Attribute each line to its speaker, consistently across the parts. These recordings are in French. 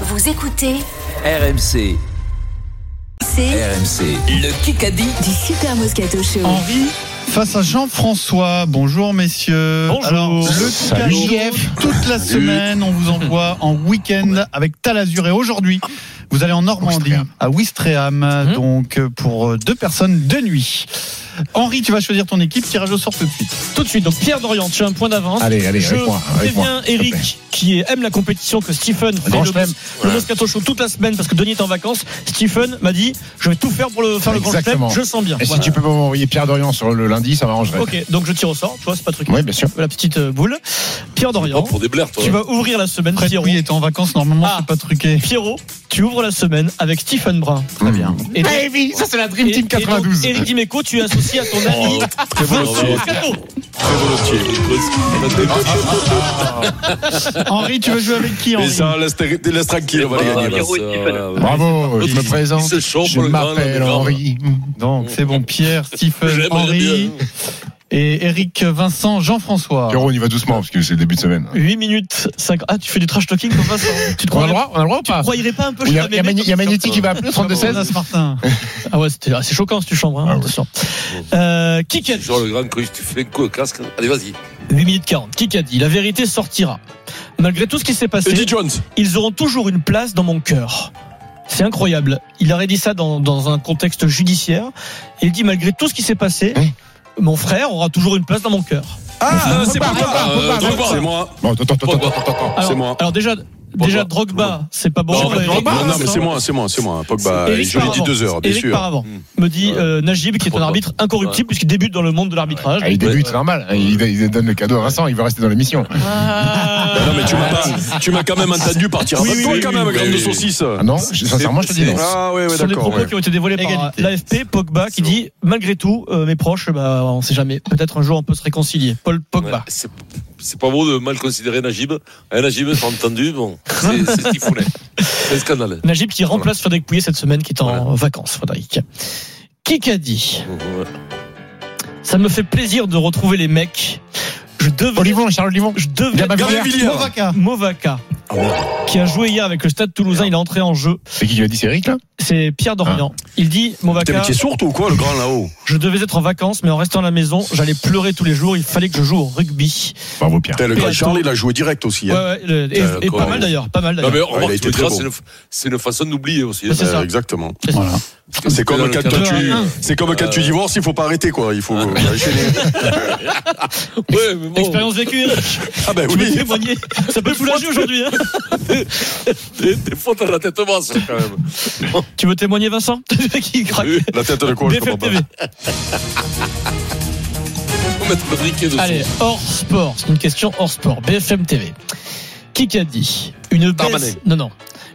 Speaker 1: Vous écoutez
Speaker 2: RMC,
Speaker 1: C'est
Speaker 2: RMC, le Kikadi.
Speaker 1: du Super Moscato Show.
Speaker 3: Henri face à Jean-François. Bonjour messieurs.
Speaker 4: Bonjour.
Speaker 3: Alors, le
Speaker 4: Salut.
Speaker 3: KJF, toute la semaine, on vous envoie en week-end avec Talazur. Et aujourd'hui, vous allez en Normandie, à Ouistreham, donc euh, pour euh, deux personnes de nuit. Henri, tu vas choisir ton équipe, tirage au sort tout de suite.
Speaker 4: Tout de suite, donc Pierre Dorian, tu as un point d'avance.
Speaker 5: Allez, allez,
Speaker 4: Je
Speaker 5: avec moi, avec moi.
Speaker 4: préviens Eric, qui aime la compétition, que Stephen fait
Speaker 5: grand
Speaker 4: le,
Speaker 5: chelem.
Speaker 4: le Moscato Show toute la semaine parce que Denis est en vacances. Stephen m'a dit Je vais tout faire pour le, faire le grand chelem,
Speaker 5: Exactement.
Speaker 4: je le sens bien.
Speaker 5: Et si
Speaker 4: Voilà.
Speaker 5: tu peux m'envoyer Pierre Dorian sur le lundi, ça m'arrangerait.
Speaker 4: Ok, donc je tire au sort, tu vois, c'est pas truc.
Speaker 5: Oui, bien sûr.
Speaker 4: La petite euh, boule. Pierre Dorian, tu vas ouvrir la semaine,
Speaker 3: Après,
Speaker 4: Pierrot.
Speaker 3: oui, était en vacances, normalement,
Speaker 4: Ah.
Speaker 3: c'est pas truqué.
Speaker 4: Pierrot, tu ouvres la semaine avec Stephen Brun.
Speaker 3: Très bien.
Speaker 5: Mm.
Speaker 4: Et donc-
Speaker 5: Baby, ça c'est la Dream
Speaker 4: et-
Speaker 5: Bah, Team Oh,
Speaker 4: et donc,
Speaker 5: 92.
Speaker 4: Eric Dimeco, tu associes à ton ami Vincent Moscato.
Speaker 3: Henri, tu veux jouer avec qui, Henri
Speaker 6: Mais ça, laisse, laisse tranquille, on va les gagner.
Speaker 7: Pierrot et Stephen.
Speaker 5: Bravo, je me présente.
Speaker 6: se chauffe
Speaker 5: Je
Speaker 6: le grand,
Speaker 5: m'appelle
Speaker 6: le grand.
Speaker 5: Henri.
Speaker 3: Donc, c'est bon, Pierre, Stephen,
Speaker 6: J'aimerais
Speaker 3: Henri,
Speaker 6: bien.
Speaker 3: et Eric, Vincent, Jean-François.
Speaker 5: Pierrot, on y va doucement parce que c'est le début de semaine.
Speaker 4: 8 minutes 5. Ah, tu fais du trash talking comme Vincent. Tu te
Speaker 5: On a
Speaker 4: crois
Speaker 5: le droit On a le droit ou pas
Speaker 4: croyez pas un peu
Speaker 5: Il y a,
Speaker 4: Charles
Speaker 5: il y a
Speaker 4: Bébé
Speaker 5: Magni- il y a Magnetti qui va appeler,
Speaker 3: Jonas
Speaker 5: 32-16.
Speaker 3: Martin.
Speaker 4: Ah ouais, c'était assez choquant cette chambre. Hein,
Speaker 5: Ah ouais.
Speaker 4: attention. Euh, Kikadi,
Speaker 6: Genre le grand crush, tu fais un coup au casque. Allez, vas-y.
Speaker 4: 8 minutes 40. Kikadi, la vérité sortira. Malgré tout ce qui s'est passé,
Speaker 6: Eddie Jones.
Speaker 4: ils auront toujours une place dans mon cœur. C'est incroyable. Il aurait dit ça dans, dans un contexte judiciaire. Il dit malgré tout ce qui s'est passé,
Speaker 5: Oui.
Speaker 4: mon frère aura toujours une place dans mon cœur.
Speaker 6: Ah, c'est pas
Speaker 5: Pogba, Pogba, Pogba.
Speaker 6: C'est moi.
Speaker 5: Bon, attends, attends, attends,
Speaker 6: Pogba.
Speaker 5: attends, attends.
Speaker 4: Alors-
Speaker 6: Ah, C'est moi.
Speaker 4: Alors déjà, déjà Drogba, c'est pas bon.
Speaker 6: Non, non,
Speaker 4: Euh, Eric
Speaker 6: non, non, mais
Speaker 4: Vincent.
Speaker 6: c'est moi, c'est moi, c'est moi. Pogba,
Speaker 4: Eric
Speaker 6: je l'ai dit
Speaker 4: Paravant.
Speaker 6: deux heures, bien
Speaker 4: Eric
Speaker 6: sûr. Hmm.
Speaker 4: Paravant. me dit
Speaker 6: Ouais.
Speaker 4: euh, Najib, qui est un arbitre incorruptible puisqu'il débute dans le monde de l'arbitrage.
Speaker 5: Ah, il débute, c'est normal. Il, il donne le cadeau à Vincent, il veut rester dans l'émission.
Speaker 4: Ah.
Speaker 6: Ah, Non, mais tu m'as pas- tu m'as quand même entendu partir.
Speaker 4: Oui,
Speaker 6: avant
Speaker 4: oui,
Speaker 6: toi,
Speaker 4: oui,
Speaker 6: quand
Speaker 4: oui,
Speaker 6: même,
Speaker 4: oui,
Speaker 6: graine
Speaker 4: oui,
Speaker 6: de
Speaker 4: oui.
Speaker 6: saucisse.
Speaker 5: Ah non, je- sincèrement, je te dis non.
Speaker 6: Ah, ouais, ouais,
Speaker 4: Ce sont des
Speaker 6: d'accord.
Speaker 4: propos
Speaker 6: ouais.
Speaker 4: qui ont été dévoilés par
Speaker 3: Égalité.
Speaker 4: l'AFP. Pogba qui dit Malgré tout, euh, mes proches, bah, on sait jamais. Peut-être un jour on peut se réconcilier. Paul
Speaker 6: Ouais,
Speaker 4: Pogba.
Speaker 6: C'est c'est pas beau de mal considérer Najib. Hein, Najib, c'est entendu, bon, c'est c'est ce qu'il foutait. C'est un scandale.
Speaker 4: Najib qui remplace Frédéric Pouillet cette semaine, qui est en
Speaker 6: Voilà.
Speaker 4: vacances, Frédéric. Qui qu'a dit Ça me fait plaisir de retrouver les mecs. Je devais.
Speaker 5: Olivon, Charles Olivon.
Speaker 4: Je devais.
Speaker 5: Gabin
Speaker 6: Gabin
Speaker 5: Villière.
Speaker 6: Villière.
Speaker 3: Movaca.
Speaker 4: Movaca,
Speaker 6: Ah
Speaker 4: qui a joué hier avec le Stade Toulousain, il est entré en jeu.
Speaker 5: C'est qui qui l'a dit C'est Eric, là
Speaker 4: C'est Pierre Dorian. Il dit
Speaker 6: Ah. T'es mais
Speaker 4: Movaca,
Speaker 6: t'es sourd, toi, ou quoi, le grand là-haut
Speaker 4: je devais être en vacances, mais en restant à la maison, j'allais pleurer tous les jours. Il fallait que je joue au rugby.
Speaker 5: Bravo, Pierre.
Speaker 6: Putain, Le grand
Speaker 4: Pierre,
Speaker 6: Charles, il a joué direct aussi.
Speaker 4: Ouais,
Speaker 6: hein.
Speaker 4: ouais, le- et,
Speaker 6: Euh,
Speaker 4: et pas
Speaker 6: comment-
Speaker 4: mal d'ailleurs, pas mal
Speaker 6: Non,
Speaker 4: d'ailleurs.
Speaker 6: mais
Speaker 5: il
Speaker 6: on
Speaker 5: a
Speaker 6: voit que
Speaker 5: été
Speaker 6: tu
Speaker 5: très
Speaker 6: diras,
Speaker 5: bon.
Speaker 6: c'est une, c'est une façon d'oublier aussi. hein.
Speaker 4: C'est ça.
Speaker 6: Exactement.
Speaker 4: C'est ça.
Speaker 3: Voilà.
Speaker 6: C'est comme, dans le quand cadre
Speaker 4: de
Speaker 6: tu,
Speaker 4: la-
Speaker 6: c'est comme quand tu divorces, il faut pas arrêter quoi. Il faut enchaîner. ouais, mais bon.
Speaker 4: Expérience vécue, Eric.
Speaker 6: Ah ben
Speaker 4: Tu peux
Speaker 6: oui.
Speaker 4: témoigner. Ça peut soulager aujourd'hui. hein.
Speaker 6: Des, des fautes à la tête basse quand même.
Speaker 4: Tu veux témoigner, Vincent Qui craque.
Speaker 6: Oui, La tête de quoi Je
Speaker 4: BFM
Speaker 6: comprends pas.
Speaker 4: TV.
Speaker 6: Faut mettre le briquet dessus.
Speaker 4: Allez, hors sport. C'est une question hors sport. BFM TV. Qui qu'a dit Une baisse.
Speaker 6: Darmanin.
Speaker 4: Non, non.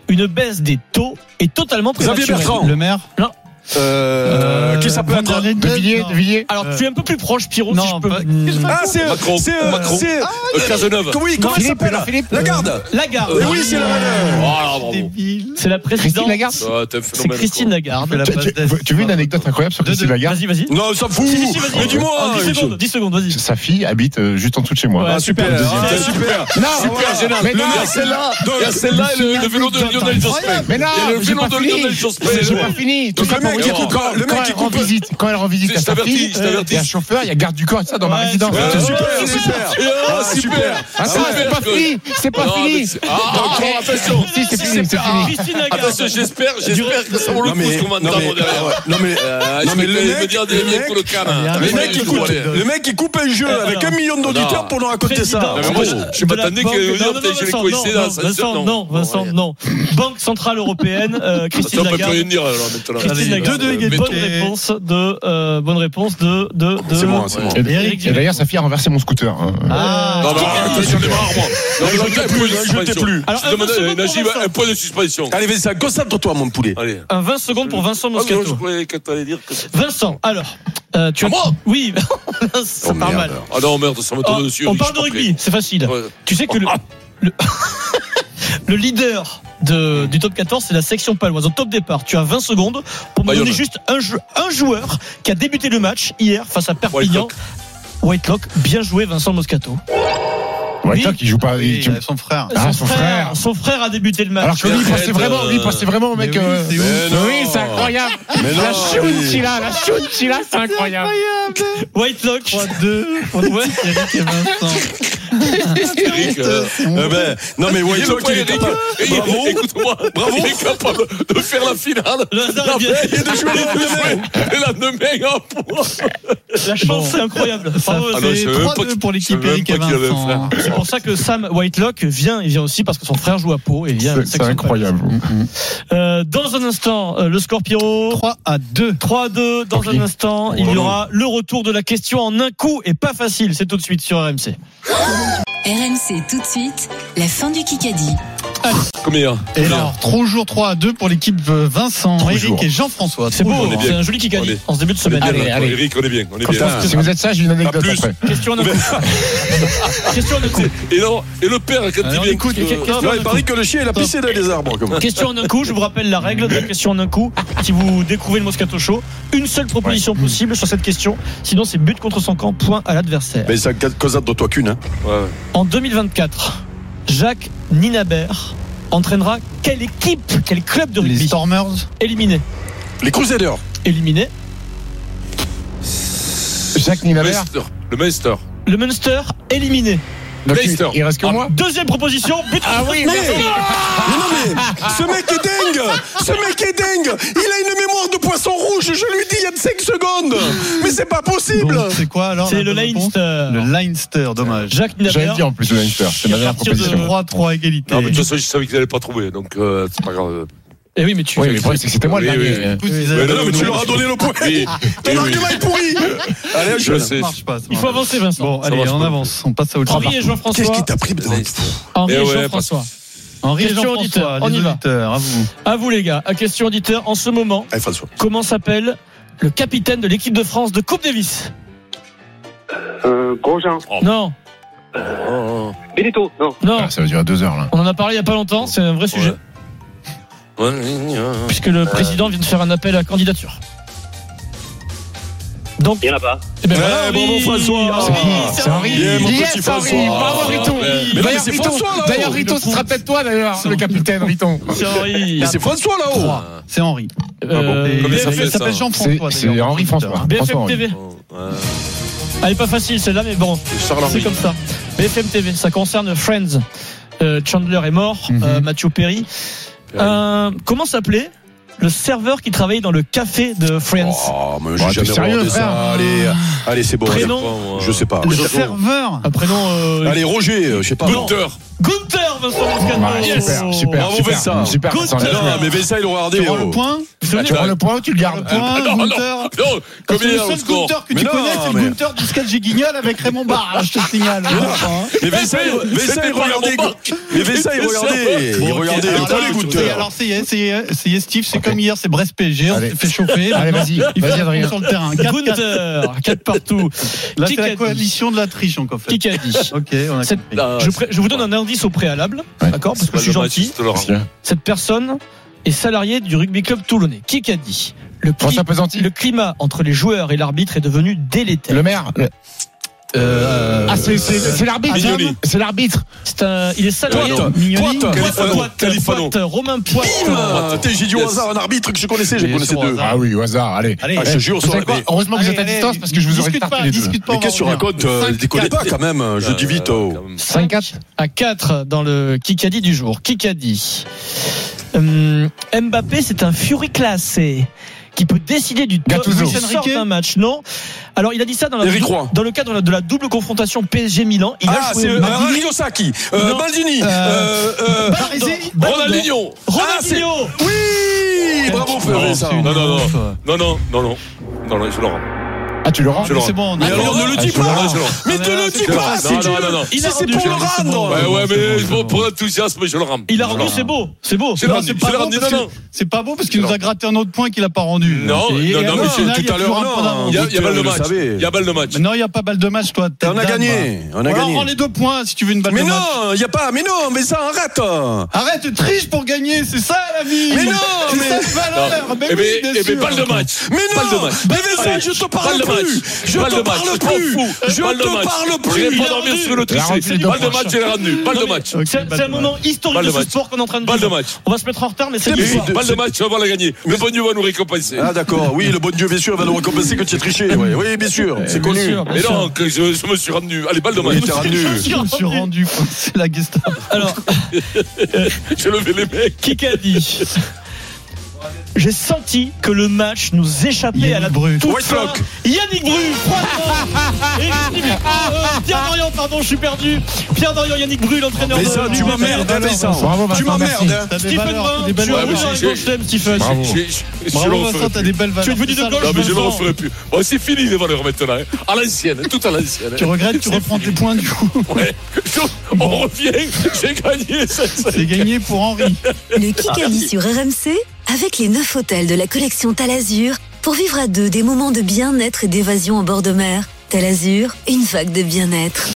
Speaker 4: Une baisse des taux est totalement
Speaker 6: Xavier
Speaker 4: prématurée.
Speaker 6: Bertrand.
Speaker 3: Le maire.
Speaker 6: Euh, qui ça peut être
Speaker 3: Van der Linden,
Speaker 5: De Villiers,
Speaker 3: non.
Speaker 5: de Villiers.
Speaker 4: Alors,
Speaker 3: Euh,
Speaker 4: tu es un peu plus proche, Pierrot, Oh, si
Speaker 3: non,
Speaker 4: je peux.
Speaker 3: pas-
Speaker 6: Ah c'est
Speaker 7: Macron.
Speaker 6: C'est euh,
Speaker 7: Macron.
Speaker 6: c'est euh, Cazeneuve. Oui, comment il
Speaker 5: Philippe,
Speaker 6: s'appelle
Speaker 5: alors, Philippe.
Speaker 6: La garde.
Speaker 4: La garde.
Speaker 6: Euh, oui, c'est la Ah bravo.
Speaker 3: Débile.
Speaker 4: C'est la présidente.
Speaker 5: Christine Lagarde.
Speaker 6: Ah, t'es un
Speaker 4: C'est
Speaker 6: phénomène,
Speaker 4: Christine
Speaker 6: quoi.
Speaker 4: Lagarde.
Speaker 3: la
Speaker 5: Tu- tu- Tu veux une anecdote incroyable sur Christine Lagarde
Speaker 4: Vas-y, vas-y.
Speaker 6: Non, ça me fout.
Speaker 4: Si, si, si, vas-y.
Speaker 6: Mais
Speaker 4: En
Speaker 6: dis-moi.
Speaker 4: 10 secondes, 10 secondes, vas-y.
Speaker 5: Sa fille habite euh, juste en dessous de chez moi.
Speaker 4: Ouais.
Speaker 6: Ah super,
Speaker 4: Deuxième
Speaker 6: ah,
Speaker 4: thème.
Speaker 6: super,
Speaker 5: Non,
Speaker 6: super
Speaker 5: voilà.
Speaker 6: génial.
Speaker 5: Mais
Speaker 6: Il y
Speaker 5: non.
Speaker 6: a celle-là, il y a celle-là et le, le vélo de Lionel Jospin.
Speaker 5: Mais non,
Speaker 6: Il y a le
Speaker 5: j'ai
Speaker 6: vélo
Speaker 5: pas
Speaker 6: de
Speaker 5: fini.
Speaker 6: Lionel Jospin.
Speaker 5: J'ai pas fini. Tout
Speaker 6: Donc
Speaker 5: ça
Speaker 6: le
Speaker 5: pour
Speaker 6: mec qui
Speaker 5: vous dire
Speaker 6: coupe-
Speaker 5: que
Speaker 6: le mec
Speaker 5: quand
Speaker 6: qui
Speaker 5: elle rend
Speaker 6: coupe-
Speaker 5: visite, quand elle rend visite
Speaker 6: Je
Speaker 5: à sa
Speaker 6: t'avertis,
Speaker 5: fille, euh,
Speaker 6: je t'avertis.
Speaker 5: il y a chauffeur, il y a garde du corps, et ça dans ma
Speaker 4: Ouais,
Speaker 5: résidence.
Speaker 4: c'est
Speaker 6: Ah,
Speaker 4: vrai.
Speaker 5: Attends,
Speaker 6: super, super, Ah, super.
Speaker 5: c'est pas
Speaker 6: que-
Speaker 5: fini, c'est pas
Speaker 6: Non, mais
Speaker 5: fini.
Speaker 6: c'est- Ah, encore, attention.
Speaker 5: Si, c'est fini, c'est
Speaker 4: Ah,
Speaker 5: fini.
Speaker 4: Christine Lagarde.
Speaker 6: Attention, j'espère, j'espère que ça vaut le
Speaker 7: Non, mais-
Speaker 6: coup ce qu'on va
Speaker 7: non, mais-
Speaker 6: entendre derrière.
Speaker 7: non, mais,
Speaker 6: Euh,
Speaker 7: non,
Speaker 6: je
Speaker 7: mais
Speaker 6: vais
Speaker 7: le
Speaker 6: me
Speaker 7: mec-
Speaker 6: dire des
Speaker 7: le
Speaker 6: miens
Speaker 7: mec-
Speaker 6: pour le canne, hein.
Speaker 3: Ah,
Speaker 6: Les
Speaker 3: mais
Speaker 6: mecs,
Speaker 3: je
Speaker 6: ils coupent-
Speaker 3: voulais.
Speaker 6: le mec, il coupe un jeu
Speaker 4: Alors,
Speaker 6: avec un million
Speaker 4: non.
Speaker 6: d'auditeurs pour nous raconter ça.
Speaker 4: Président
Speaker 6: Mais moi, je
Speaker 4: de
Speaker 6: je suis pas
Speaker 4: la
Speaker 6: tanné
Speaker 4: Banque-
Speaker 6: que
Speaker 4: Non, non, non,
Speaker 6: je vais
Speaker 4: Vincent,
Speaker 6: coincer
Speaker 4: non,
Speaker 6: dans l'ascenseur,
Speaker 4: Vincent, non, Vincent,
Speaker 6: Ouais.
Speaker 4: non. Banque Centrale Européenne, euh,
Speaker 6: Ça,
Speaker 4: Christine
Speaker 6: on peut plus rien
Speaker 4: Lagarde.
Speaker 6: dire, alors, maintenant.
Speaker 4: Christine
Speaker 6: Allez,
Speaker 4: Lagarde.
Speaker 6: euh,
Speaker 3: deux, deux,
Speaker 6: mettons-
Speaker 4: Bonne réponse de, euh, bonne réponse de, de, de.
Speaker 6: C'est moi, c'est bah, moi.
Speaker 5: Et
Speaker 4: Eric
Speaker 5: d'ailleurs- Et d'ailleurs, sa fille a renversé mon scooter. hein.
Speaker 4: Ah.
Speaker 6: Non, mais arrête, j'en ai marre, moi. Non, mais j'en ai plus, j'en ai plus.
Speaker 4: Alors,
Speaker 6: Je
Speaker 4: un
Speaker 6: demandais,
Speaker 4: second pour
Speaker 6: Najib,
Speaker 4: Vincent.
Speaker 6: un point de suspension.
Speaker 7: Allez, vas-y, ça, concentre-toi, mon poulet.
Speaker 6: Allez.
Speaker 4: Un 20 secondes pour Vincent
Speaker 6: Ah, non, je
Speaker 4: Moscato.
Speaker 6: croyais que t'allais dire que-
Speaker 4: Vincent, alors, euh, tu as.
Speaker 6: Ah, moi
Speaker 4: Oui,
Speaker 7: Oh,
Speaker 4: ça part mal.
Speaker 6: Ah non, merde, ça me
Speaker 4: Oh,
Speaker 6: tourne dessus.
Speaker 4: on
Speaker 6: Eric,
Speaker 4: parle de
Speaker 6: je suis pas
Speaker 4: rugby, c'est facile.
Speaker 6: prêt. Ouais.
Speaker 4: Tu sais que le, le, le leader de, du top 14, c'est la section paloise. Au top départ, tu as 20 secondes pour me
Speaker 6: Bayonne.
Speaker 4: donner juste un, jou- un joueur qui a débuté le match hier face à Perpignan. Whitelock, bien joué Vincent Moscato.
Speaker 5: Whitelock. Boitok, il joue pas. il-
Speaker 3: Oui,
Speaker 5: tu-
Speaker 3: il a son frère.
Speaker 5: Ah, son frère.
Speaker 4: Son frère a débuté le match.
Speaker 5: Alors que lui, il pensait
Speaker 6: Arrête,
Speaker 5: vraiment, lui, il pensait vraiment au
Speaker 3: Mais
Speaker 5: mec.
Speaker 3: oui,
Speaker 5: euh,
Speaker 3: c'est ouf.
Speaker 5: Mais oui,
Speaker 4: Oh.
Speaker 5: c'est incroyable.
Speaker 7: Mais non,
Speaker 5: La
Speaker 7: oui.
Speaker 5: chute qu'il a, la chute qu'il a, c'est incroyable.
Speaker 4: Whitelock.
Speaker 3: 3-2 pour nous, Eric et Vincent.
Speaker 6: Eric, euh,
Speaker 3: C'est mon-
Speaker 7: Eh ben, non mais
Speaker 6: Il est
Speaker 7: Whitelock,
Speaker 6: pas
Speaker 7: il est
Speaker 6: Eric.
Speaker 7: capable.
Speaker 6: Eric,
Speaker 7: Bravo.
Speaker 6: Écoute-moi, bravo. Il est capable de faire la finale.
Speaker 4: Le hasard est
Speaker 6: La
Speaker 4: bien.
Speaker 6: veille et de jouer les deux semaines. Et la demain, en point.
Speaker 4: La chance, c'est incroyable.
Speaker 3: Ça
Speaker 4: Bravo,
Speaker 6: Ah non,
Speaker 3: fait
Speaker 6: je savais même pas
Speaker 3: 3-2
Speaker 6: qu'il-
Speaker 3: pour
Speaker 6: je
Speaker 3: l'équipe
Speaker 6: savais même
Speaker 3: Eric et
Speaker 6: pas qu'il avait
Speaker 3: Vincent.
Speaker 6: fait.
Speaker 4: C'est pour ça que Sam Whitelock vient. Il vient aussi parce que son frère joue à Pau. Et vient
Speaker 5: C'est c'est incroyable.
Speaker 4: Euh, dans un instant, euh, le score Pierrot.
Speaker 3: 3 à 2.
Speaker 4: 3 à 2. Dans
Speaker 5: Ok.
Speaker 4: un instant, il
Speaker 5: Oh
Speaker 4: y
Speaker 5: là
Speaker 4: aura le retour de la question en un coup et pas facile. C'est tout de suite sur RMC.
Speaker 1: RMC tout de suite, la fin du Kikadi.
Speaker 6: Combien
Speaker 3: Et alors, trois jours 3 à 2 pour l'équipe euh, Vincent,
Speaker 5: Trois
Speaker 3: Eric
Speaker 5: jours.
Speaker 3: et Jean-François.
Speaker 4: C'est
Speaker 3: Trois
Speaker 4: beau. hein.
Speaker 3: jours.
Speaker 4: C'est un joli qui
Speaker 6: On
Speaker 4: gagne
Speaker 6: est-
Speaker 4: en ce début de
Speaker 6: On est
Speaker 4: semaine.
Speaker 6: bien,
Speaker 5: Allez,
Speaker 6: là.
Speaker 5: allez.
Speaker 6: Eric, on est bien, on est Eh bien.
Speaker 7: Putain.
Speaker 5: Si vous êtes sage, j'ai une anecdote
Speaker 6: plus.
Speaker 5: après.
Speaker 4: Question en un coup. Question en un coup.
Speaker 6: Et, non, et le père, quand
Speaker 3: Alors,
Speaker 6: il vient,
Speaker 3: écoute,
Speaker 6: euh,
Speaker 4: que- que-
Speaker 7: Non, il paraît que le chien, il a pissé dans les arbres. comme.
Speaker 4: Question en un coup, je vous rappelle la règle de la question en un coup. Si vous découvrez le Moscato Show, une seule proposition possible sur cette question. Sinon, c'est but contre son camp, point à l'adversaire.
Speaker 7: Mais ça cause de toi qu'une. hein.
Speaker 6: ouais.
Speaker 4: En 2024, Jacques Ninabert entraînera quelle équipe, quel club de
Speaker 3: Les
Speaker 4: rugby
Speaker 3: Stormers.
Speaker 4: éliminé
Speaker 7: Les Crusaders.
Speaker 4: Éliminé.
Speaker 5: Jacques Nivert.
Speaker 6: Leicester, le Meister.
Speaker 4: Le Munster éliminé.
Speaker 5: Donc, il-
Speaker 6: Leicester.
Speaker 5: Il reste que moi.
Speaker 4: Deuxième proposition, but ah oui,
Speaker 7: Mais non, mais ce mec est dingue Ce mec est dingue Il a une mémoire de poisson rouge, je lui dis il y a 5 secondes Mais c'est pas possible
Speaker 3: Donc, C'est quoi alors la
Speaker 4: C'est le
Speaker 3: bonne réponse
Speaker 4: Leinster.
Speaker 3: Le Leinster, dommage.
Speaker 4: Jacques
Speaker 5: J'allais
Speaker 4: Ninabert.
Speaker 5: dire en plus le Leinster. C'est ma dernière
Speaker 4: partir de-
Speaker 5: proposition.
Speaker 3: 3 3 égalité.
Speaker 6: Non, mais de toute façon, je savais qu'ils n'allaient pas trouver, donc euh, c'est pas grave.
Speaker 4: Eh oui, mais tu.
Speaker 5: Oui, mais le problème, c'est que c'était moi le
Speaker 6: Oui, oui,
Speaker 5: dernier.
Speaker 3: Du coup, ils avaient-
Speaker 6: Ouais,
Speaker 7: Mais non, mais tu
Speaker 6: non,
Speaker 7: leur as
Speaker 6: non.
Speaker 7: donné le point
Speaker 6: Oui,
Speaker 7: Ton
Speaker 6: oui,
Speaker 7: argument
Speaker 6: oui.
Speaker 7: est pourri Allez,
Speaker 6: je
Speaker 7: je...
Speaker 6: sais.
Speaker 3: Ça marche pas. ça
Speaker 4: Il faut
Speaker 3: marche.
Speaker 4: avancer, Vincent.
Speaker 3: Bon, allez,
Speaker 6: marche
Speaker 3: on
Speaker 6: pas.
Speaker 3: avance. On passe à autre chose.
Speaker 4: Henri et
Speaker 7: Qu'est-ce
Speaker 4: Jean-François.
Speaker 7: qui t'a pris dans
Speaker 6: Leicester.
Speaker 4: Henri
Speaker 6: Eh
Speaker 4: et
Speaker 6: ouais,
Speaker 4: Jean-François.
Speaker 3: Henri et
Speaker 4: Question
Speaker 3: Jean-François,
Speaker 4: auditeur, on
Speaker 3: les
Speaker 4: y va.
Speaker 3: auditeurs, à vous.
Speaker 4: À vous, les gars. À question auditeur, en ce moment,
Speaker 7: Allez, François.
Speaker 4: comment s'appelle le capitaine de l'équipe de France de Coupe Davis
Speaker 8: Euh, Grosjean.
Speaker 4: Non,
Speaker 6: Oh,
Speaker 8: Benito, non.
Speaker 4: non.
Speaker 5: Ah, Ça va durer deux heures là.
Speaker 4: On en a parlé il y a pas longtemps, c'est un vrai
Speaker 6: oh.
Speaker 4: sujet,
Speaker 7: Oh,
Speaker 6: Ouais. Ouais.
Speaker 4: puisque le président vient de faire un appel à candidature. Donc,
Speaker 8: Il n'y en a pas.
Speaker 4: eh ben
Speaker 7: Ouais,
Speaker 4: voilà,
Speaker 7: bravo,
Speaker 4: Henri.
Speaker 7: François.
Speaker 4: Ah,
Speaker 7: C'est
Speaker 4: oui,
Speaker 5: Henri,
Speaker 4: c'est
Speaker 5: c'est
Speaker 4: Henri.
Speaker 5: Henri.
Speaker 7: Yeah, mon
Speaker 5: Yes,
Speaker 7: petit François.
Speaker 5: Henri, bravo, Riton.
Speaker 7: Mais non, mais
Speaker 5: D'ailleurs,
Speaker 7: c'est
Speaker 5: Riton,
Speaker 7: François, là-haut.
Speaker 5: d'ailleurs, Riton se rappelle de toi, d'ailleurs, hein, le capitaine Riton.
Speaker 4: C'est Henri.
Speaker 7: Mais c'est François là-haut
Speaker 3: C'est Henri.
Speaker 4: Euh,
Speaker 3: Et-
Speaker 6: Comment il
Speaker 4: BFM
Speaker 6: s'appelle,
Speaker 3: il
Speaker 6: ça
Speaker 3: s'appelle
Speaker 5: C'est
Speaker 3: Jean-François.
Speaker 5: c'est
Speaker 3: d'ailleurs.
Speaker 5: Henri François. François
Speaker 4: BFM
Speaker 5: Henri.
Speaker 4: TV.
Speaker 6: Oh, ouais.
Speaker 4: Elle est pas facile celle-là, mais bon,
Speaker 7: Charles
Speaker 4: c'est
Speaker 7: Henri.
Speaker 4: comme ça. BFM TV, ça concerne Friends. Euh, Chandler est mort,
Speaker 3: Mhm.
Speaker 4: euh, Matthew Perry. Euh, comment s'appelait le serveur qui travaillait dans le café de Friends
Speaker 7: Oh, mais
Speaker 5: Bon,
Speaker 7: j'ai
Speaker 5: t'es
Speaker 7: jamais
Speaker 5: sérieux,
Speaker 7: regardé
Speaker 5: frère
Speaker 7: ça. Allez, allez c'est bon.
Speaker 4: Prénom.
Speaker 6: moi.
Speaker 7: allez. Je sais pas.
Speaker 3: Le
Speaker 7: Jojo.
Speaker 3: serveur.
Speaker 4: Un prénom. euh,
Speaker 7: Allez, Roger, euh, je sais pas.
Speaker 6: Gunther.
Speaker 4: Gunther Vincent
Speaker 6: Oh,
Speaker 4: Moscato.
Speaker 6: bah,
Speaker 5: Ah, Super, super,
Speaker 7: Bravo,
Speaker 5: super,
Speaker 7: Vincent.
Speaker 5: super.
Speaker 4: Good
Speaker 5: Vincent.
Speaker 4: job.
Speaker 5: Non,
Speaker 7: Non, mais Vincent, il aurait regardé.
Speaker 3: Tu rends le
Speaker 7: oh. Ah,
Speaker 3: point
Speaker 5: mais Tu prends le point ou tu le gardes
Speaker 3: Point,
Speaker 6: non, non,
Speaker 3: Gunther.
Speaker 6: Non,
Speaker 3: Parce que
Speaker 6: combien il y
Speaker 3: le
Speaker 6: a au
Speaker 3: seul
Speaker 6: score
Speaker 3: Gunther que
Speaker 7: Mais
Speaker 3: tu
Speaker 7: non,
Speaker 3: connais, c'est le
Speaker 7: mais-
Speaker 3: Gunther du sketch des Guignols avec Raymond Barra, je te signale.
Speaker 7: Mais Vincent, il- Vincent, il
Speaker 6: pas
Speaker 7: regardait.
Speaker 6: Laurent
Speaker 7: Mais Vincent, il regardait. Il regardait.
Speaker 3: alors,
Speaker 7: Quoi, les
Speaker 3: là, c'est-
Speaker 7: Gunther
Speaker 3: alors c'est yes, c'est yes, c'est yes, Steve, c'est
Speaker 5: Ok.
Speaker 3: comme hier, c'est Brest PSG, on
Speaker 5: Allez.
Speaker 3: s'est fait chauffer.
Speaker 5: Allez, vas-y,
Speaker 3: Ah, Il
Speaker 5: vas-y,
Speaker 3: faut
Speaker 5: Adrien.
Speaker 3: sur le terrain. Quatre, quatre.
Speaker 4: Gunther, 4 partout.
Speaker 3: Là, c'est
Speaker 4: Qui qu'a
Speaker 3: la
Speaker 4: dit
Speaker 3: coalition de la triche, donc, en fait.
Speaker 4: Qui a dit
Speaker 3: Ok, on a
Speaker 4: Cette-
Speaker 3: compris.
Speaker 6: Non,
Speaker 4: je, pré- je vous donne un indice au préalable,
Speaker 5: Ouais.
Speaker 4: d'accord Parce
Speaker 6: Ah, c'est
Speaker 4: que
Speaker 6: pas
Speaker 4: je suis
Speaker 6: le match,
Speaker 4: gentil.
Speaker 6: c'est Laurent.
Speaker 4: Cette personne est salariée du rugby club toulonnais. Qui a dit le, cli-
Speaker 5: François Pesanti,
Speaker 4: le climat entre les joueurs et l'arbitre est devenu délétère.
Speaker 5: le maire. le- Ah, c'est- c'est c'est l'arbitre. hein,
Speaker 6: Mignoni.
Speaker 5: C'est l'arbitre.
Speaker 4: C'est un- il est salarié.
Speaker 7: Poite.
Speaker 3: Mignoni.
Speaker 7: Poite.
Speaker 4: Poite,
Speaker 6: Califano,
Speaker 4: Poite,
Speaker 6: Califano.
Speaker 4: Poite, Romain Poite. Ah,
Speaker 7: Bim Ah, T'es- J'ai dit au
Speaker 6: Yes.
Speaker 7: hasard un arbitre que je connaissais,
Speaker 3: Mais
Speaker 7: je connaissais
Speaker 3: sur
Speaker 7: deux.
Speaker 3: hasard.
Speaker 5: Ah oui, au hasard, allez.
Speaker 3: Allez,
Speaker 7: Ah, je te jure,
Speaker 5: Vous
Speaker 7: sur
Speaker 5: savez
Speaker 7: la
Speaker 5: quoi
Speaker 7: mais-
Speaker 5: Heureusement que vous êtes à
Speaker 3: Allez,
Speaker 5: distance
Speaker 3: allez,
Speaker 5: parce que je vous aurais
Speaker 3: discute
Speaker 5: tarté
Speaker 3: pas,
Speaker 5: les deux.
Speaker 3: discute pas,
Speaker 7: Mais
Speaker 3: on
Speaker 7: qu'est-ce que tu
Speaker 3: va revenir.
Speaker 7: racontes euh,
Speaker 3: Cinq,
Speaker 7: Décollez pas
Speaker 3: quatre.
Speaker 7: quand même, je dis vite.
Speaker 6: Euh,
Speaker 7: oh.
Speaker 6: quand même.
Speaker 5: 5-4.
Speaker 4: à 4 dans le Kikadi du jour. Kikadi. Hum, Mbappé, c'est un fury classé qui peut décider du top
Speaker 5: Gattuso.
Speaker 4: du sort
Speaker 3: Enrique
Speaker 4: d'un match. Non. Alors, il a dit ça dans, la,
Speaker 7: Eric Roy.
Speaker 4: dans le cadre de la, de la double confrontation PSG-Milan. Il
Speaker 7: Ah,
Speaker 4: a joué
Speaker 7: c'est euh,
Speaker 4: Maldini.
Speaker 7: Arrigo Sacchi, euh,
Speaker 4: Non.
Speaker 7: Maldini,
Speaker 3: Euh,
Speaker 7: euh, euh,
Speaker 3: Barizé
Speaker 7: Ronaldinho. Ah, c'est-
Speaker 4: Ronaldinho
Speaker 7: Oui Bravo, Ferré, ça.
Speaker 6: Non, non, non. Non, non, non, non. Non, non, je Laurent.
Speaker 5: Ah, tu le rends
Speaker 6: Je le
Speaker 3: C'est bon, on
Speaker 7: Mais
Speaker 3: a-
Speaker 7: alors, ne le dis
Speaker 5: Ah,
Speaker 7: pas
Speaker 6: je le rends.
Speaker 7: Mais
Speaker 3: Ah,
Speaker 7: ne
Speaker 3: mais non,
Speaker 7: le
Speaker 3: c'est
Speaker 7: dis
Speaker 3: que-
Speaker 7: pas
Speaker 6: Non,
Speaker 7: si
Speaker 6: non,
Speaker 7: tu
Speaker 6: non, non.
Speaker 4: Il a
Speaker 7: Si c'est bah
Speaker 4: rendu
Speaker 7: pour le
Speaker 4: joli, c'est bon.
Speaker 7: rendre
Speaker 6: Ouais, ouais,
Speaker 3: c'est
Speaker 6: mais
Speaker 3: bon, c'est
Speaker 6: pour-
Speaker 3: bon.
Speaker 6: pour l'enthousiasme, je le rends.
Speaker 4: Il a
Speaker 6: Je le
Speaker 4: rendu,
Speaker 6: rends.
Speaker 4: c'est beau, c'est beau.
Speaker 6: Je le
Speaker 3: Non,
Speaker 6: rends,
Speaker 3: c'est
Speaker 6: je
Speaker 3: pas,
Speaker 6: le
Speaker 3: beau
Speaker 6: rends,
Speaker 3: parce
Speaker 6: non, non.
Speaker 3: que- c'est pas beau parce qu'il nous a gratté un autre point qu'il a pas rendu.
Speaker 6: Non,
Speaker 3: Et-
Speaker 6: non,
Speaker 3: et
Speaker 6: non,
Speaker 3: alors,
Speaker 6: mais
Speaker 3: au final,
Speaker 7: tout
Speaker 3: il y a
Speaker 7: à
Speaker 3: toujours
Speaker 7: l'heure,
Speaker 3: un point
Speaker 7: non.
Speaker 3: d'avance.
Speaker 6: Il y a il y a
Speaker 7: Vous
Speaker 6: balle de
Speaker 7: le
Speaker 6: match.
Speaker 7: savez.
Speaker 6: Il y a balle de match.
Speaker 3: Mais non, il n'y a pas balle de match, toi. t'es
Speaker 7: On
Speaker 3: dame,
Speaker 7: a gagné,
Speaker 3: bah.
Speaker 7: on a
Speaker 3: Ou alors,
Speaker 7: gagné.
Speaker 3: rends les deux points si tu veux une balle
Speaker 7: Mais
Speaker 3: de match.
Speaker 7: non, il y a pas. Mais non, mais ça arrête.
Speaker 3: Arrête, tu triches pour gagner, c'est ça la vie
Speaker 7: Mais non,
Speaker 3: C'est
Speaker 7: mais-
Speaker 3: ça la valeur
Speaker 6: Non.
Speaker 3: Mais
Speaker 6: Eh
Speaker 3: oui,
Speaker 6: ben,
Speaker 3: bien
Speaker 6: eh ben,
Speaker 3: sûr.
Speaker 6: balle de match.
Speaker 7: Mais
Speaker 6: Balle de
Speaker 7: non.
Speaker 6: match.
Speaker 7: Mais Vincent,
Speaker 6: Allez,
Speaker 7: je te
Speaker 6: balle
Speaker 7: parle
Speaker 6: de
Speaker 9: match.
Speaker 7: plus. Je
Speaker 9: Balle
Speaker 7: te
Speaker 9: de match,
Speaker 7: parle
Speaker 9: je t'en
Speaker 7: plus.
Speaker 9: fous.
Speaker 7: Je
Speaker 9: Balle de
Speaker 7: te
Speaker 9: match.
Speaker 7: parle
Speaker 9: Je vais
Speaker 7: plus.
Speaker 9: pas dormir sur le
Speaker 5: rendu
Speaker 9: triché.
Speaker 5: de
Speaker 9: Balle de
Speaker 5: proche.
Speaker 9: match, je l'ai rendu. Balle de match.
Speaker 3: Ok,
Speaker 4: C'est
Speaker 3: balle
Speaker 4: c'est un
Speaker 3: de
Speaker 4: moment historique
Speaker 9: Balle
Speaker 4: de
Speaker 9: de
Speaker 4: ce
Speaker 9: match.
Speaker 4: sport qu'on est en train de
Speaker 9: Balle de
Speaker 4: vivre.
Speaker 9: match.
Speaker 4: On va se mettre en retard, mais c'est
Speaker 7: Mais
Speaker 4: le soir.
Speaker 7: c'est-
Speaker 9: Balle de match, tu vas voir la gagner. Le bon Dieu va nous récompenser.
Speaker 7: Ah d'accord, oui, le bon Dieu, bien sûr, va nous récompenser que tu as triché. ouais. Oui, bien sûr, c'est
Speaker 4: Bien
Speaker 7: connu.
Speaker 4: sûr, bien
Speaker 9: Mais
Speaker 4: sûr.
Speaker 9: non, que je, je me suis rendu. Allez, balle de match.
Speaker 7: Oui, t'es rendu.
Speaker 3: Je me suis rendu, quoi. c'est la Gestapo.
Speaker 4: Alors,
Speaker 9: J'ai levé les mecs.
Speaker 4: qui qu'a dit J'ai senti que le match nous échappait à la
Speaker 3: Yannick Bru.
Speaker 4: toute
Speaker 7: White
Speaker 4: fin.
Speaker 7: Lock.
Speaker 4: Yannick Bru, froidement. Et je dis, mais, ah, euh, Pierre Dorian, pardon, je suis perdu. Pierre Dorian, Yannick Bru, l'entraîneur de
Speaker 7: Mais ça, tu
Speaker 4: l'UBB.
Speaker 7: m'emmerdes, hein, Vincent.
Speaker 5: Bravo,
Speaker 7: Tu
Speaker 5: Vincent. merci.
Speaker 7: m'emmerdes. hein.
Speaker 3: T'as des
Speaker 4: Stephen
Speaker 3: valeurs,
Speaker 4: Brun,
Speaker 3: t'as des
Speaker 4: tu as
Speaker 3: valeurs.
Speaker 4: roulé à
Speaker 9: j'ai-
Speaker 4: gauche, t'aimes, Stephen.
Speaker 5: Bravo.
Speaker 9: Je- je- je l'en
Speaker 3: Bravo
Speaker 9: ferai
Speaker 3: Vincent, t'as
Speaker 9: plus.
Speaker 3: des belles valeurs.
Speaker 4: Tu es devenu
Speaker 3: C'est
Speaker 4: de
Speaker 3: ça,
Speaker 4: gauche,
Speaker 9: Non, mais je
Speaker 4: Vincent.
Speaker 9: l'en ferai plus. Bon, c'est fini les valeurs maintenant. hein. À l'ancienne, tout à l'ancienne.
Speaker 3: Tu
Speaker 9: hein.
Speaker 3: regrettes, tu reprends tes points du coup.
Speaker 9: Ouais. On revient, j'ai gagné. ça, ça.
Speaker 3: C'est gagné pour Henri.
Speaker 1: Le Kikadi sur RMC avec les 9 hôtels de la collection Talazur pour vivre à deux des moments de bien-être et d'évasion en bord de mer. Talazur, une vague de bien-être.